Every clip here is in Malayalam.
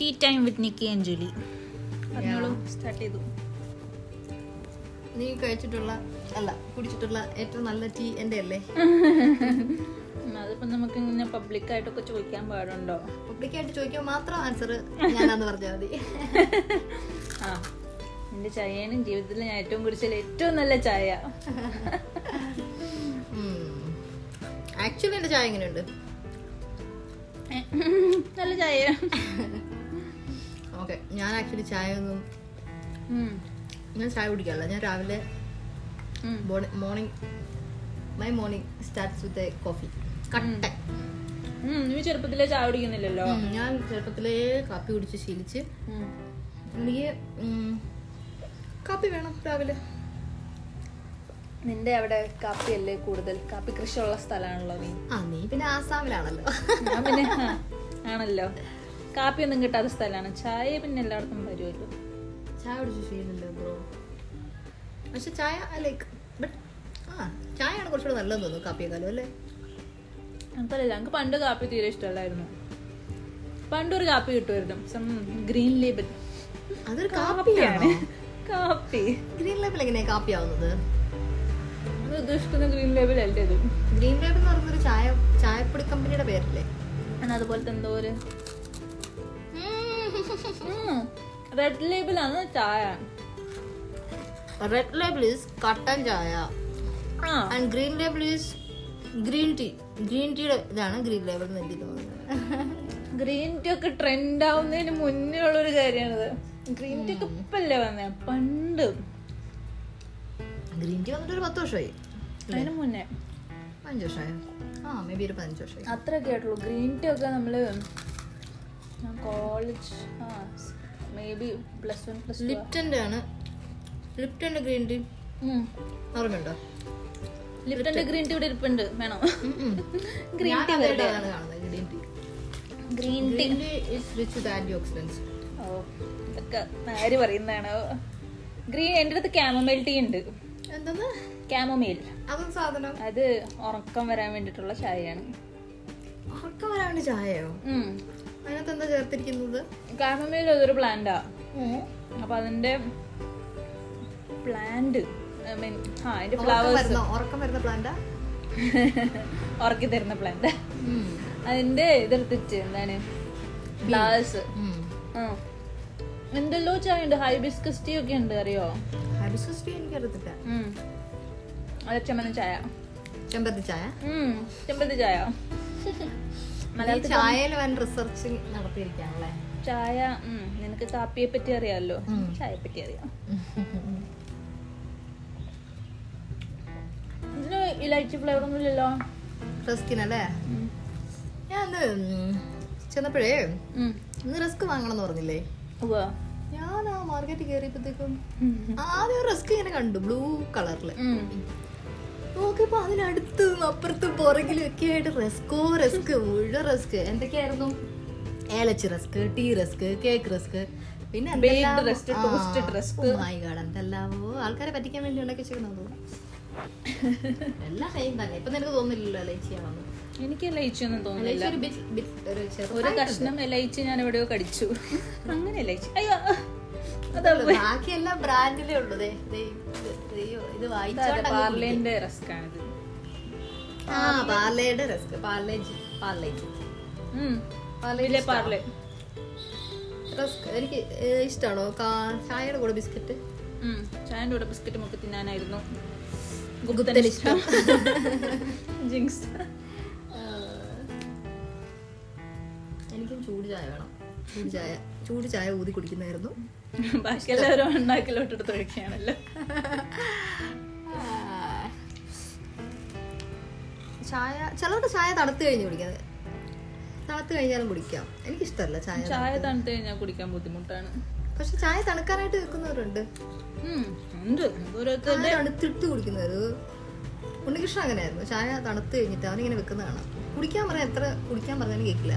Tea time with Nikki and Julie പറഞ്ഞോളൂ സ്റ്റാർട്ട് ചെയ്തു നീ കഴിച്ചിട്ടുള്ള അല്ല കുടിച്ചിട്ടുള്ള ഏറ്റവും നല്ല ടീ എൻ്റെ അല്ലേ ഉം, അതിപ്പോ നമുക്ക് ഇങ്ങനെ പബ്ലിക് ആയിട്ടൊക്കെ ചോദിക്കാൻ പാടുണ്ടോ പബ്ലിക്കായിട്ട് ചോദിക്കാൻ മാത്രം ആൻസർ ഞാനാന്ന് പറഞ്ഞാൽ മതി ആ എന്റെ ചായയാണ് ജീവിതത്തിൽ ഞാൻ ഏറ്റവും കുടിച്ചാൽ ഏറ്റവും നല്ല ചായ ആക്ച്വലി എൻ്റെ ചായ എങ്ങനെയുണ്ട് നല്ല ചായ ഓക്കെ ഞാൻ ആക്ച്വലി ചായ ഒന്നും ഉം, ഞാൻ ചായ കുടിക്കാറില്ല ഞാൻ രാവിലെ ഉം. Morning my morning starts with a coffee കട്ട ഉം, നീ ചെറുപ്പത്തിലെ ചായ കുടിക്കുന്നില്ലല്ലോ ഉം, ഞാൻ ചെറുപ്പത്തിലേ കാപ്പി കുടിച്ച് ശീലിച്ച് ഉം. എനിക്ക് ഉം, കാപ്പി വേണം രാവിലെ നിന്റെ അവിടെ കാപ്പിയല്ലേ കൂടുതൽ കാപ്പി കൃഷിയുള്ള സ്ഥലമാണല്ലോ നീ ആ നീ പിന്നെ ആസാമിലാണല്ലോ ഞാൻ പിന്നെ ആ, ആണല്ലോ കാപ്പിയൊന്നും കിട്ടാത്ത സ്ഥലമാണ് ചായ പിന്നെ എല്ലായിടത്തും വരുമല്ലോ ചായ കുടിച്ച് ശീലമില്ല ബ്രോ പക്ഷെ ചായ ലൈക്ക് ബട്ട് ആ ചായയാണ് കുറച്ചുകൂടെ നല്ലതെന്ന് തോന്നുന്നു കാപ്പിയെക്കാളും അല്ലേ എനിക്കറിയില്ല ഞങ്ങൾക്ക് പണ്ട് കാപ്പി തീരെ ഇഷ്ടമല്ലായിരുന്നു പണ്ടൊരു കാപ്പി കിട്ടുമായിരുന്നു സം ഗ്രീൻ ലേബിൾ അതൊരു കാപ്പിയാണ് കാപ്പി ഗ്രീൻ ലേബിൾ എങ്ങനെയാ കാപ്പി ആവുന്നത് അത് ഉദ്ദേശിക്കുന്ന ഗ്രീൻ ലേബിൾ അല്ലേ ഇത് ഗ്രീൻ ലേബിൾ എന്ന് പറയുന്നൊരു ചായ ചായപ്പൊടി കമ്പനിയുടെ പേരല്ലേ എന്നാ അതുപോലത്തെ എന്തോ ഒരു റെഡ് ലേബിളാണ് ചായ റെഡ് ലേബിൾ ഈസ് കട്ടൻ ചായ ആ and green label is green tea green ടീയുടെ ഇതാണ് ഗ്രീൻ ലേബിൾ എന്ന് എനിക്ക് തോന്നുന്നത് ഗ്രീൻ ടീ ഒക്കെ ട്രെൻഡ് ആവുന്നതിന് മുന്നേ ഉള്ളൊരു കാര്യമാണിത് ഗ്രീൻ ടീ ഒക്കെ ഇപ്പല്ലേ വന്നേ പണ്ട് ഗ്രീൻ ടീ വന്നിട്ട് ഒരു പത്ത് വർഷമായി അതിന് മുന്നേ അഞ്ച് വർഷമായോ ആ മേ ബി ഒരു പതിനഞ്ച് വർഷമായി അത്രയൊക്കെ ആയിട്ടുള്ളൂ ഗ്രീൻ ടീ ഒക്കെ നമ്മള് കോളേജ് ആ may be plus one plus ലിപ്റ്റൻ്റെ ആണ് ലിപ്റ്റൻ്റെ ഗ്രീൻ ടീ ഓർമ്മയുണ്ടോ ലിപ്റ്റന്റെ ഗ്രീൻ ടീ ഇവിടെ ഇരിപ്പുണ്ട് വേണോ ഗ്രീൻ ടീ ആണ് കാണുന്നത് green tea green tea green tea is rich with antioxidants ഓ ഇതൊക്കെ ആര് പറയുന്നതാണ് ഗ്രീൻ എൻ്റെ അടുത്ത് ക്യാമമേൽ ടീ ഉണ്ട് എന്തെന്ന് ക്യാമമേൽ അതൊരു സാധനം അത് ഉറക്കം വരാൻ വേണ്ടിയിട്ടുള്ള ചായയാണ് ഉറക്കം വരാൻ വേണ്ടി ചായയോ ഉം. അതിനകത്ത് എന്താ ചേർത്തിരിക്കുന്നത് ക്യാമമേൽ അതൊരു പ്ലാന്റാ അപ്പൊ അതിന്റെ പ്ലാന്റ് ഐ മീൻ ആ അതിന്റെ ഉറക്കം ഫ്ലവേഴ്സ് വരുന്ന ഉറക്കം വരുന്ന പ്ലാന്റാ ഉറക്കി തരുന്ന പ്ലാന്റ് അതിന്റെ ഇതെടുത്തിട്ട് എന്താണ് ഫ്ലവേഴ്സ് എന്തെല്ലോ ചായ ഉണ്ട് ഹൈബിസ്കസ് ടീ ഒക്കെ ഉണ്ട് അറിയോ ഹൈബിസ്കസ് ടീ എനിക്കറിയത്തില്ല ഉം. അത് ചമന ചായ ചെമ്പരത്തി ചായ ഉം. ചെമ്പരത്തി ചായ മലയാളത്തിൽ ചായയിൽ വൻ റിസർച്ച് നടത്തിയിരിക്കാണല്ലേ ചായ ഉം. നിനക്ക് കാപ്പിയെ പറ്റി അറിയാമല്ലോ ചായയെ പറ്റി അറിയാം ഇതിന് ഇലൈച്ചി ഫ്ലേവർ ഒന്നും ഇല്ലല്ലോ റസ്കിനല്ലേ ഞാൻ ചെന്നപ്പോഴേ ഉം. ഇന്ന് റസ്ക് വാങ്ങണം എന്ന് പറഞ്ഞില്ലേ ഉവ്വ്. ഞാൻ ആ മാർക്കറ്റിൽ കയറിയപ്പോഴത്തേക്കും ഉം. ആദ്യം റസ്ക് ഇങ്ങനെ കണ്ടു ബ്ലൂ കളറിൽ ഉം. നോക്കിയപ്പോ അതിനടുത്ത് അപ്പുറത്തും പുറകിലും ഒക്കെ ആയിട്ട് റസ്കോ റസ്ക് മുഴുവൻ റസ്ക് എന്തൊക്കെയായിരുന്നു ഏലച്ചി rusk tea rusk cake rusk പിന്നെ എന്തെല്ലാം- Baked rusk, ആ, toasted rusk. oh my god, എന്തെല്ലാമോ ആൾക്കാരെ പറ്റിക്കാൻ വേണ്ടി ഉണ്ടാക്കി വെച്ചിരിക്കുന്നത് എല്ലാം സെയിം തന്നെ ഇപ്പൊ നിനക്ക് തോന്നില്ലല്ലോ ലൈച്ചിയാണെന്ന് എനിക്ക് ഇലൈച്ചി ഒന്നും തോന്നില്ല ലൈച്ചി ഒരു bit- bit ഒരു ഒരു ചെറുതായിട്ട് കഷ്ണം ഇലൈച്ചി ഞാൻ എവിടെയോ കടിച്ചു അങ്ങനെ ഇലൈച്ചി അയ്യോ അതാ ഉള്ളൂ. ബാക്കിയെല്ലാം ബ്രാൻഡിലേ ഉള്ളൂ ദേ, ദേ, ഇത് ദയ്യോ, ഇത് വായിച്ചോണ്ട് അങ്ങ് കുടിക്ക്. പാർലേന്റെ റസ്കാണിത് ആ പാർലേയുടെ റസ്ക് പാർലേജ് പാർലേജ് പാർലേ പാർലേ റസ്ക് എനിക്ക് ഏഹ്, ഇഷ്ടമാണോ കാ- ചായയുടെ കൂടെ ബിസ്ക്കറ്റ് ഉം. ചായന്റെ കൂടെ ബിസ്ക്കറ്റും ഒക്കെ തിന്നാനായിരുന്നു ഗുപ്തന് ഇഷ്ടം. ജിങ്സ് എനിക്കും ചൂട് ചായ വേണം ചൂട് ചായ ചൂട് ചായ ഊതി കുടിക്കുന്നായിരുന്നു ബാക്കിയെല്ലാവരും ഉണ്ടാക്കലോട്ട് എടുത്ത് ഒഴിക്കുകയാണല്ലോ ചായ ചിലവരുടെ ചായ തണുത്ത് കഴിഞ്ഞ് കുടിക്കാതെ തണുത്ത് കഴിഞ്ഞാലും കുടിക്കാം എനിക്കിഷ്ടമല്ല ചായ ചായ തണുത്ത് കഴിഞ്ഞാൽ കുടിക്കാൻ ബുദ്ധിമുട്ടാണ് പക്ഷെ ചായ തണുക്കാനായിട്ട് വെക്കുന്നവരുണ്ട് ഉം. ഉണ്ട് ഓരോരുത്തർ ചായ തണുത്തിട്ട് കുടിക്കുന്നവര് ഉണ്ണികൃഷ്ണൻ അങ്ങനെയായിരുന്നു ചായ തണുത്ത് കഴിഞ്ഞിട്ട് അവനിങ്ങനെ വെക്കുന്ന കാണാം കുടിക്കാൻ പറഞ്ഞാൽ എത്ര കുടിക്കാൻ പറഞ്ഞാലും കേൾക്കില്ല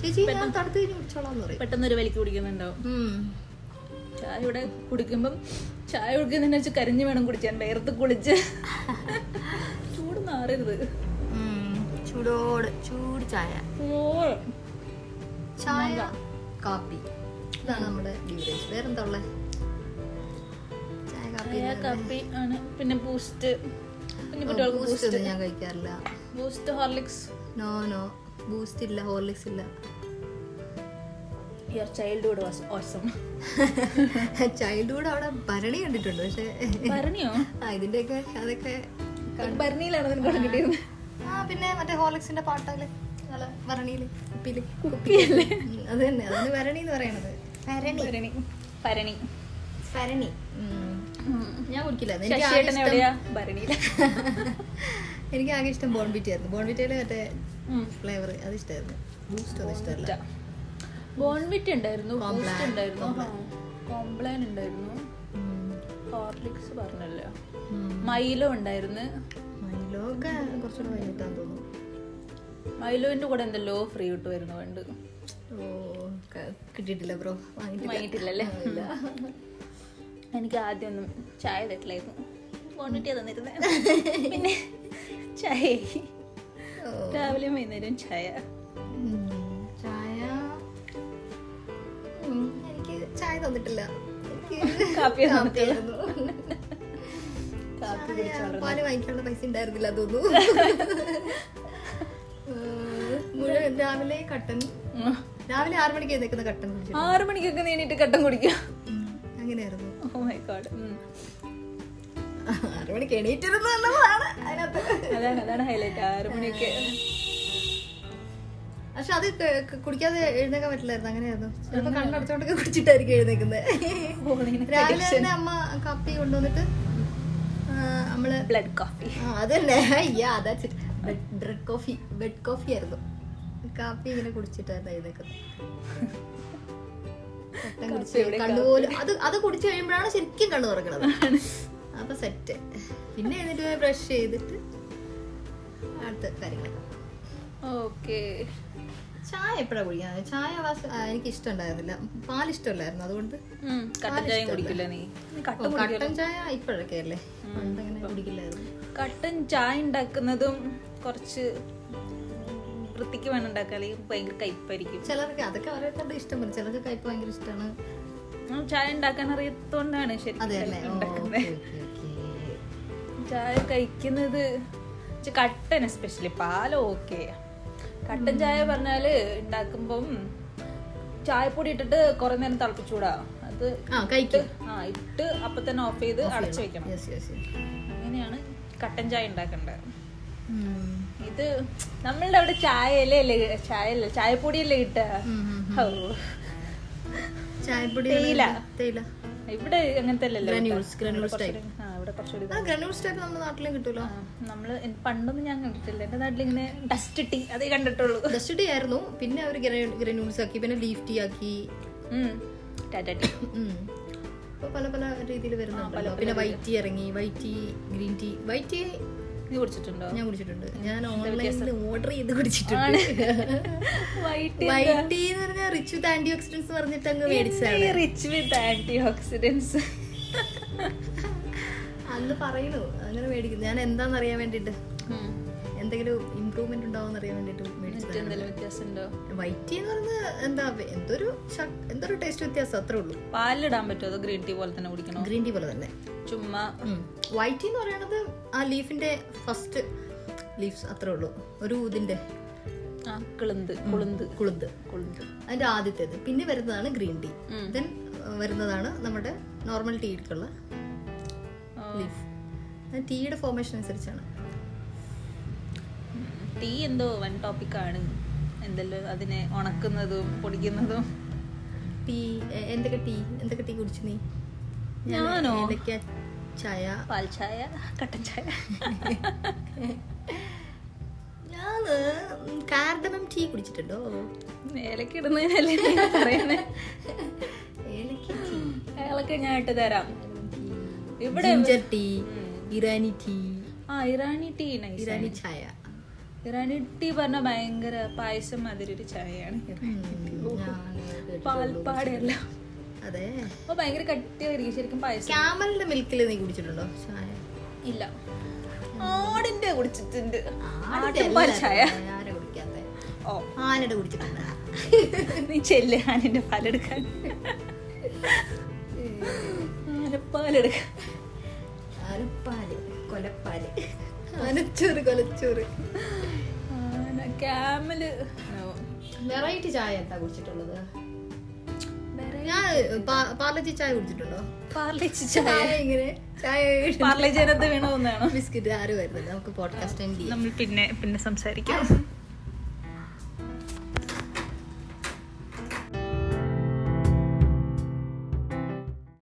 ചേച്ചി ഞാൻ തണുത്ത് കഴിഞ്ഞ് കുടിച്ചോളാം എന്ന് പറയും പെട്ടെന്ന് ഒരു വലിക്ക് കുടിക്കുന്നുണ്ടാവും ഉം. ചായ ഇവിടെ കുടിക്കുമ്പം ചായ കുടിക്കുന്നതിനെ വെച്ച് കരിഞ്ഞു വേണം കുടിക്കാൻ വേർത്ത് കുളിച്ച് ചൂട് മാറരുത് ഉം. ചൂടോട് ചൂട് ചായ ഓ ചായ കാപ്പി ഇതാണ് നമ്മുടെ ബീവറേജ് വേറെന്താ ഉള്ളത് ചായ കാപ്പി ചായ കാപ്പി ആണ് പിന്നെ ബൂസ്റ്റ് കുഞ്ഞു കുട്ടികൾക്ക് ബൂസ്റ്റ് ബൂസ്റ്റ് ഒന്നും ഞാൻ കഴിക്കാറില്ല Boost Horlicks no no Boost ഇല്ല ഹോർലിക്സ് ഇല്ല your childhood was awesome childhood അവിടെ ഭരണി കണ്ടിട്ടുണ്ട് പക്ഷെ പറഞ്ഞോ ആ ഇതിന്റെയൊക്കെ അതൊക്കെ ഭരണിയിലാണ് നിനക്ക് കിട്ടിയത് ആ പിന്നെ മറ്റേ ഹോർലിക്സിന്റെ പാട്ടല് ഭരണിയില് കുപ്പിയില് കുപ്പിയല്ലേ അത് തന്നെ അതാണ് ഭരണി എന്ന് പറയണത് ഭരണി ഭരണി ഭരണി ഭരണി ഞാൻ കുടിക്കില്ല അത് എനിക്ക് ആകെ ശശിയേട്ടൻ ഇഷ്ടം- എവിടെയാ ഭരണിയില എനിക്ക് ആകെ ഇഷ്ടം ബോൺവിറ്റി ആയിരുന്നു ബോൺവിറ്റയില് മറ്റേ ഫ്ലേവർ അത് ഇഷ്ടമായിരുന്നു ബൂസ്റ്റ് ഒന്നും ഇഷ്ടമല്ല ബോൺവിറ്റ് ഉണ്ടായിരുന്നു ബൂസ്റ്റ് കോംപ്ലാൻ, ഉണ്ടായിരുന്നു കോംപ്ലാൻ. കോംപ്ലാൻ ഉണ്ടായിരുന്നു ഹോർലിക്സ് പറഞ്ഞല്ലോ ഉം. മൈലോ ഉണ്ടായിരുന്നു മൈലോ ഒക്കെ കുറച്ചുകൂടെ വൈകിട്ടാന്ന് തോന്നുന്നു മൈലോന്റെ കൂടെ എന്തല്ലോ ഫ്രീ കിട്ടുമായിരുന്നു പണ്ട് ഓ ക- കിട്ടിയിട്ടില്ല ബ്രോ വാങ്ങിയിട്ടില്ലല്ലേ എനിക്ക് ആദ്യമൊന്നും ചായ തട്ടില്ലായിരുന്നു വോണ്ടിട്ടിയാ തന്നിരുന്നേ പിന്നെ ചായ ഓ. രാവിലെയും വൈകുന്നേരവും ചായ ഉം. ചായ ഉം, എനിക്ക് ചായ തന്നിട്ടില്ല എനിക്ക് കാപ്പി കാപ്പിയായിരുന്നു. കാപ്പി ചായ, പാല് വാങ്ങിക്കാനുള്ള പൈസ ഉണ്ടായിരുന്നില്ല തോന്നുന്നു ഏഹ്, മുഴുവൻ രാവിലെ കട്ടൻ ഉം. രാവിലെ ആറു മണിക്ക് എഴുന്നേക്കുന്ന കട്ടൻ കുടിച്ചു ആറു മണിക്കൊക്കെ നീണിട്ട് കട്ടൻ Oh കുടിക്കുക ഉം, അങ്ങനെയായിരുന്നു ഓ മൈ ഗോഡ് ആറു മണിക്ക് എണീറ്റിരുന്നു എന്നുള്ളതാണ് അതിനകത്ത് അതാണ് അതാണ് ഹൈലൈറ്റ് ആറു മണിയൊക്കെ പക്ഷെ അത് ക- ക- കുടിക്കാതെ എഴുന്നേക്കാൻ പറ്റില്ലായിരുന്നു അങ്ങനെയായിരുന്നു ചിലപ്പോ കണ്ണടച്ചോണ്ടൊക്കെ കുടിച്ചിട്ടായിരിക്കും എഴുന്നേക്കുന്നത് രാവിലെ തന്നെ അമ്മ കാപ്പി കൊണ്ടുവന്നിട്ട് ആ, നമ്മള് ബ്ലഡ് കോഫി ആ, അതന്നെ അയ്യാ അതാ ബ്രെഡ് കോഫി ബെഡ് കോഫി ആയിരുന്നു കാപ്പി ഇങ്ങനെ കുടിച്ചിട്ടായിരുന്നു എഴുന്നേക്കുന്നത് കട്ടൻ കുടിച്ച് ഇവിടെ കണ്ണുപോലും അത് അത് കുടിച്ചു കഴിയുമ്പോഴാണ് ശരിക്കും കണ്ണു തുറക്കണത് അപ്പൊ സെറ്റ് പിന്നെ എഴുന്നേറ്റ് പോയി ബ്രഷ് ചെയ്തിട്ട് അടുത്ത കാര്യങ്ങൾ ഓക്കെ ചായ എപ്പോഴാണ് കുടിക്കുന്നത് ചായ വാസ- ആ, എനിക്ക് ഇഷ്ടമുണ്ടായിരുന്നില്ല പാൽ ഇഷ്ടമല്ലായിരുന്നു അതുകൊണ്ട് കട്ടൻ ചായയും കുടിക്കില്ല നീ നീ ഓ, കട്ടൻ കുടിക്കില്ല കട്ടൻ ചായ ഇപ്പോഴൊക്കെ അല്ലേ പണ്ടങ്ങനെ കുടിക്കില്ലായിരുന്നു കട്ടൻ ചായ ഉണ്ടാക്കുന്നതും കുറച്ച് വൃത്തിക്ക് വേണം ഉണ്ടാക്കുക അല്ലെങ്കിൽ ഭയങ്കര കയ്പായിരിക്കും ചിലർക്ക് അതൊക്കെ അവരെക്കാണ്ട് ഇഷ്ടം പോലെ ചിലർക്ക് കയ്പ് ഭയങ്കര ഇഷ്ടമാണ് ഉം, ചായ ഉണ്ടാക്കാൻ അറിയത്തോണ്ടാണ് ശരിക്കും അതെ അല്ലേ ഓ, ഉണ്ടാക്കുന്നത് ഓക്കേ, ഓക്കേ, ഓക്കേ. ചായ കഴിക്കുന്നത് ഇച്ച് കട്ടൻ എസ്പെഷ്യലി പാൽ ഓക്കെ കട്ടൻ ചായ പറഞ്ഞാല് ഉണ്ടാക്കുമ്പം ചായപ്പൊടി ഇട്ടിട്ട് കുറെ നേരം തിളപ്പിച്ചൂടാ അത് ആ കഴിക്കും ആ ഇട്ട് അപ്പൊ തന്നെ ഓഫ് ചെയ്ത് അടച്ചു വെക്കണം യെസ് യെസ് അങ്ങനെയാണ് കട്ടൻ ചായ ഉണ്ടാക്കേണ്ടത് ഇത് നമ്മളുടെ അവിടെ ചായയല്ലേ അല്ലേ ചായയല്ലേ ചായപ്പൊടിയല്ലേ കിട്ടുക ഓ. ചായപ്പൊടി തേയില. തേയില ഇവിടെ അങ്ങനത്തെ അല്ലല്ലോ Granules, granules കുറച്ചുകൂടി- ആ, ഇവിടെ കുറച്ചുകൂടി ആ ഗ്രനൂൾസ് ടൈപ്പ് നമ്മുടെ നാട്ടിലും കിട്ടുമല്ലോ ആ, നമ്മള് എൻ- പണ്ടൊന്നും ഞാൻ കണ്ടിട്ടില്ല എന്റെ നാട്ടിൽ ഇങ്ങനെ ഡസ്റ്റ് ടീ അതേ കണ്ടിട്ടുള്ളൂ ഡസ്റ്റ് ടീ ആയിരുന്നു പിന്നെ അവർ ഗ്രനൂൾസ് ആക്കി പിന്നെ ലീഫ് ടീ ആക്കി ഉം. ടാറ്റ ടീ ഉം. അപ്പൊ പല പല രീതിയിൽ വരുന്നുണ്ടല്ലോ പിന്നെ വൈറ്റ് ടീ ഇറങ്ങി white tea green tea white tea നീ കുടിച്ചിട്ടുണ്ടോ ഞാൻ കുടിച്ചിട്ടുണ്ട് ഞാൻ ഓൺലൈനിൽ ഓർഡർ ചെയ്ത് കുടിച്ചിട്ടുണ്ട് വൈറ്റ് വൈറ്റ് ടീ എന്ന് പറഞ്ഞാൽ റിച്ച് വിത്ത് ആന്റി ഓക്സിഡൻസ് പറഞ്ഞിട്ട് അങ്ങ് മേടിച്ചതാണ് റിച്ച് വിത്ത് ആന്റി ഓക്സിഡൻസ് അന്ന് പറയുന്നു അങ്ങനെ മേടിക്കുന്നു ഞാൻ എന്താണെന്ന് അറിയാൻ വേണ്ടിയിട്ട് എന്തെങ്കിലും ഇമ്പ്രൂവ്മെന്റ് ഉണ്ടോന്ന് അറിയാൻ വേണ്ടിട്ട് മേടിച്ചതാണ് എന്തെങ്കിലും വ്യത്യാസം ഉണ്ടോ വൈറ്റ് ടീ എന്ന് പറയുന്നത് എന്താ വെ- എന്തൊരു ശക്- എന്തൊരു ടേസ്റ്റ് വ്യത്യാസം അത്രേ ഉള്ളൂ പാലിടാൻ പറ്റുമോ അതോ ഗ്രീൻ ടീ പോലെ തന്നെ കുടിക്കണോ ഗ്രീൻ ടീ പോലെ തന്നെ ചുമ്മാ വൈറ്റ് ടീ എന്ന് പറയുന്നത് ആ ലീഫിന്റെ ഫസ്റ്റ് ലീഫ്സ് അത്രേ ഉള്ളൂ ഒരു ഇതിന്റെ ആ കിളുന്ത് കുളുന്ത് കുളുന്ത് കുളുന്ത് അതിന്റെ ആദ്യത്തേത് പിന്നെ വരുന്നതാണ് ഗ്രീൻ ടീ ഉം. ദെൻ വരുന്നതാണ് നമ്മുടെ നോർമൽ ടീക്കുള്ള ആ. ലീഫ് ടീയുടെ ഫോർമേഷൻ അനുസരിച്ചാണ് ടീ എന്തോ വൻ ടോപ്പിക്കാണ് എന്തെല്ലോ അതിനെ ഉണക്കുന്നതും പൊടിക്കുന്നതും ടീ എ- എന്തൊക്കെ ടീ എന്തൊക്കെ ടീ കുടിച്ചു നീ ഞാൻ ഞാനോ? ഏതൊക്കെ ചായ പാൽ ചായ കട്ടൻ ചായ ഞാൻ കാർഡമം ടീ കുടിച്ചിട്ടുണ്ടോ ഏലക്ക ഇടുന്നതിനല്ലേ നിങ്ങൾ പറയുന്നേ ഏലക്ക ഏലക്ക ഞാൻ ഇട്ട് തരാം ഇവിടെ ജിഞ്ചർ ടീ ഇറാനി ടീ ആ ഇറാനി ടീ നൈസ് ഇറാനി ചായ ഇറാനി ടീ പറഞ്ഞ ഭയങ്കര പായസം മാതിരി ഒരു ചായയാണ് ഉം, ഞാൻ കേട്ടിട്ടുള്ളൂ. പാൽപ്പാടല്ല അതെ അപ്പൊ ഭയങ്കര കട്ടിയായിരിക്കും ശരിക്കും പായസം ക്യാമലിന്റെ മിൽക്കിൽ നീ കുടിച്ചിട്ടുണ്ടോ ചായ ഇല്ല ആടിന്റെ കുടിച്ചിട്ടുണ്ട് ആടിന്റെ ആട്ടുംപാൽ അല്ല, ചായ ആരാ കുടിക്കാത്തെ ഓ ആനയുടെ കുടിച്ചിട്ടുണ്ട് നീ ചെല്ല് ഞാൻ എന്റെ പാലെടുക്കാൻ പാലെടുക്കാൻ ആനപ്പാല് കൊലപ്പാല് ആനച്ചോറ് കൊലച്ചോറ് ക്യാമല് വെറൈറ്റി ചായ എന്താ കുടിച്ചിട്ടുള്ളത് ഞാൻ പാ- പാർലജി ചായ കുടിച്ചിട്ടുണ്ടോ പാർലിച്ച് ചായ ചായ ഇങ്ങനെ ചായ പാർലിച്ചതിനകത്ത് വീണ ഒന്നാണോ ബിസ്ക്കറ്റ് ആരും വരുന്നില്ല നമുക്ക് പോഡ്കാസ്റ്റ് എൻഡ് ചെയ്യാം നമ്മൾ പിന്നെ പിന്നെ സംസാരിക്കാം